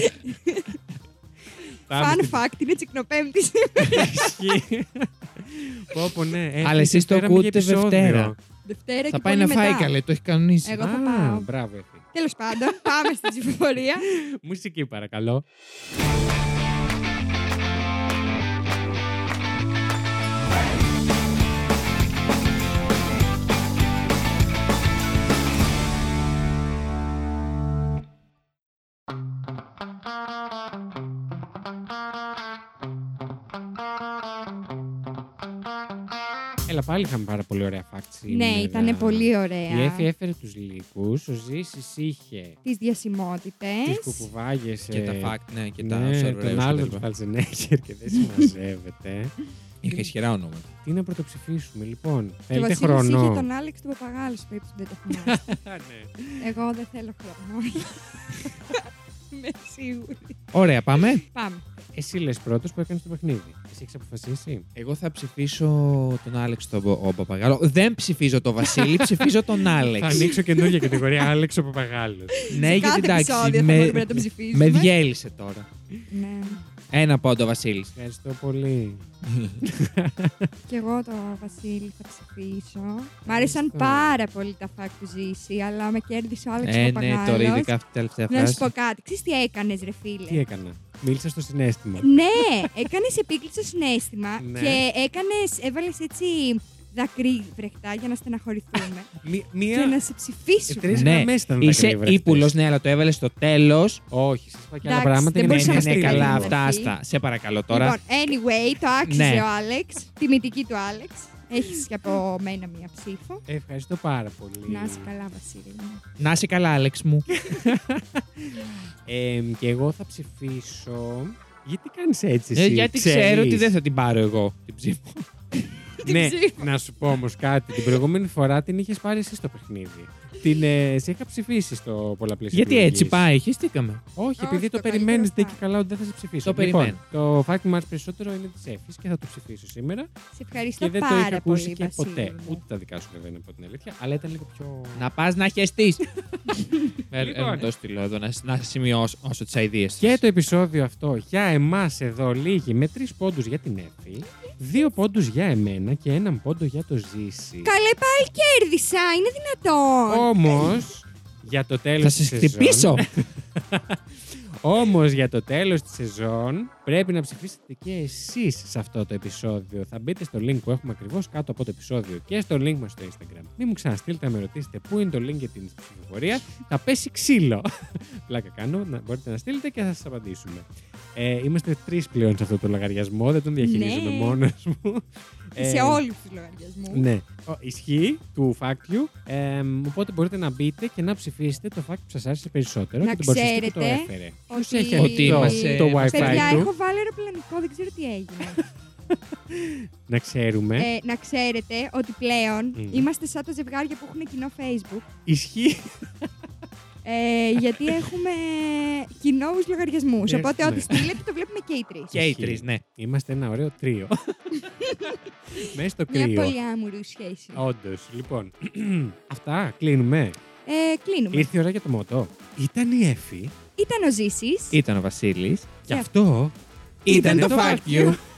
Πάμε
Fun
στην
fact, είναι τσικνοπέμπτης.
ψυχή. Πω, πω, ναι. Ε,
Αλλά εσείς το
φέραμε και
ακούτε
επεισόδιο.
Δευτέρα.
Δευτέρα Ναι,
Θα
και
πάει
πολύ
να φάει
μετά.
καλέ, το έχει κανονίσει.
Εγώ θα
Α,
πάω.
Μπράβο, Εφη.
Τέλος πάντων, πάμε στην ψηφοφορία.
Μουσική, παρακαλώ. Έλα, πάλι είχαμε πάρα πολύ ωραία facts.
ναι, ήταν πολύ ωραία.
Η Εφη έφερε τους λύκους, ο Ζήσης είχε
Τις διασημότητες.
τις κουκουβάγες.
Και τα fact, ναι, και τα
ναι,
observer
τον
errors
άλλο
κτλ.
του Φαλτσενέκερ και δεν συμμαζεύεται.
Είχα ισχυρά ονόματα.
Τι να πρωτοψηφίσουμε, λοιπόν.
Και ο
Θέλετε
Βασίλης είχε
χρόνο.
τον Άλεξ του Παπαγάλου που είπες ότι δεν το θυμάσαι. Εγώ δεν θέλω χρόνο. Είμαι σίγουρη.
Ωραία, πάμε.
Πάμε.
Εσύ λες πρώτος που έκανες το παιχνίδι. Εσύ έχεις αποφασίσει.
Εγώ θα ψηφίσω τον Άλεξ τον Πα- ο Παπαγάλος. Δεν ψηφίζω τον Βασίλη, ψηφίζω τον
Θα
Άλεξ.
ανοίξω καινούργια κατηγορία. Άλεξ ο Παπαγάλος.
ναι,
Σε
γιατί
κάθε
εντάξει.
επεισόδιο θα μπορούμε να τον ψηφίσουμε.
με διέλυσε τώρα.
Ναι.
Ένα πόντο, Βασίλης.
Ευχαριστώ πολύ.
Και εγώ το Βασίλη θα ψηφίσω. Μ' άρεσαν
Ευχαριστώ.
πάρα πολύ τα φακ του ζήσει, αλλά με κέρδισε ο Άλεξ
Ε, ναι,
Παπαγάλος.
τώρα ειδικά αυτή η τελευταία
Να σου
φράση.
πω κάτι. Ξέρεις τι έκανες ρε φίλε.
Τι έκανα. Μίλησα στο συνέστημα.
Ναι, έκανες επίκληση στο συνέστημα
Ναι.
και έκανες, έβαλες έτσι δακρύ βρεχτά για να στεναχωρηθούμε
Μη-
και
Μία.
να σε ψηφίσουμε.
Τρεις
Ναι,
γραμμές ήταν τα
Είσαι
κρύβρα
ύπουλο,
αυτές.
ναι, αλλά το έβαλες στο τέλος.
Όχι, σας είπα και άλλα
Εντάξει,
πράγματα.
δεν
για να
Ναι,
μπορούσα
ναι,
είμαστε
ναι,
στείλω.
καλά,
ήρεμοι.
αυτά,
Εντάξει.
άστα. Σε παρακαλώ τώρα.
Λοιπόν, anyway, το άξιζε
Ναι.
ο Άλεξ. Τιμητική του Άλεξ. Έχεις και από μένα μία ψήφο.
Ευχαριστώ πάρα πολύ.
Να είσαι καλά, Βασίλη. μου.
Να είσαι καλά, Άλεξ μου.
Ε, και εγώ θα ψηφίσω. Γιατί κάνεις έτσι,
Ε,
εσύ,
Γιατί
ξέρεις?
ξέρω ότι δεν θα την πάρω εγώ την ψήφο.
την
ναι,
ψήφο.
να σου πω όμως κάτι. Την προηγούμενη φορά την είχες πάρει εσύ στο παιχνίδι. Την ε, σε είχα ψηφίσει στο πολλαπλές
Γιατί έτσι πάει, χεστήκαμε.
Όχι,
Όχι,
επειδή το
το καλύτερο
περιμένει δεν
fact.
και καλά ότι δεν θα σε ψηφίσω.
Το
Λοιπόν,
περιμένω.
Το fact μου άρεσε περισσότερο είναι της Εφη και θα το ψηφίσω σήμερα.
Σε
και
ευχαριστώ
δεν το είχα
πάρα
ακούσει
πολύ,
και
Βασίλη.
ποτέ.
μου.
Ούτε τα δικά σου βέβαια είναι από την αλήθεια, αλλά ήταν λίγο πιο.
Να πας να χεστείς.
Λοιπόν.
ε, το στείλω εδώ να, να σημειώσω όσο τις αειδίε.
Και το επεισόδιο αυτό για εμάς εδώ λίγοι με τρεις πόντους για την Εφη, δύο πόντους για εμένα και έναν πόντο για το Ζήση.
Καλέ, πάλι κέρδισα. Είναι δυνατόν.
Όμως, για το τέλος
Θα
της
σε
σεζόν.
χτυπήσω.
Όμως, για το τέλος της σεζόν, πρέπει να ψηφίσετε και εσείς σε αυτό το επεισόδιο. Θα μπείτε στο link που έχουμε ακριβώς κάτω από το επεισόδιο και στο link μας στο Instagram. Μην μου ξαναστείλετε να με ρωτήσετε πού είναι το link για την ψηφοφορία. Θα πέσει ξύλο. Πλάκα κάνω. Να, μπορείτε να στείλετε και θα σας απαντήσουμε. Ε, είμαστε τρεις πλέον σε αυτό το λογαριασμό. Δεν τον διαχειρίζομαι
Ναι.
μόνος μου.
Σε
Ε,
όλους τους λογαριασμούς.
ναι. Ο- Ισχύει του φάκτιου. Ε, οπότε μπορείτε να μπείτε και να ψηφίσετε το φάκτ που σας άρεσε περισσότερο.
Να
και τον παρουσιαστή που το
ξέρετε
έφερε.
ότι-
Ποιος έχει
Ότι
ανοιχτό
μας, ε,
το
μας
Παιδιά,
WiFi του.
έχω βάλει αεροπλανικό, δεν ξέρω τι έγινε.
Να ξέρουμε.
Ε, να ξέρετε ότι πλέον
Μμμ.
είμαστε σαν τα ζευγάρια που έχουν κοινό Facebook.
Ισχύει.
Ε, γιατί έχουμε κοινού λογαριασμούς.
Ναι,
Οπότε
ναι.
ό,τι στείλετε το βλέπουμε και οι τρεις.
Και οι τρεις, ναι.
Είμαστε ένα ωραίο τρίο. Μέσα στο
Μια
κρύο.
πολύ άμουρη σχέση.
Όντως. Λοιπόν. Αυτά. Κλείνουμε.
Ε, κλείνουμε.
Ήρθε η ώρα για το μοτό. Ήταν η Εφη.
Ήταν ο Ζήσης.
Ήταν ο Βασίλης.
Και αυτό
Ήταν το
fact you.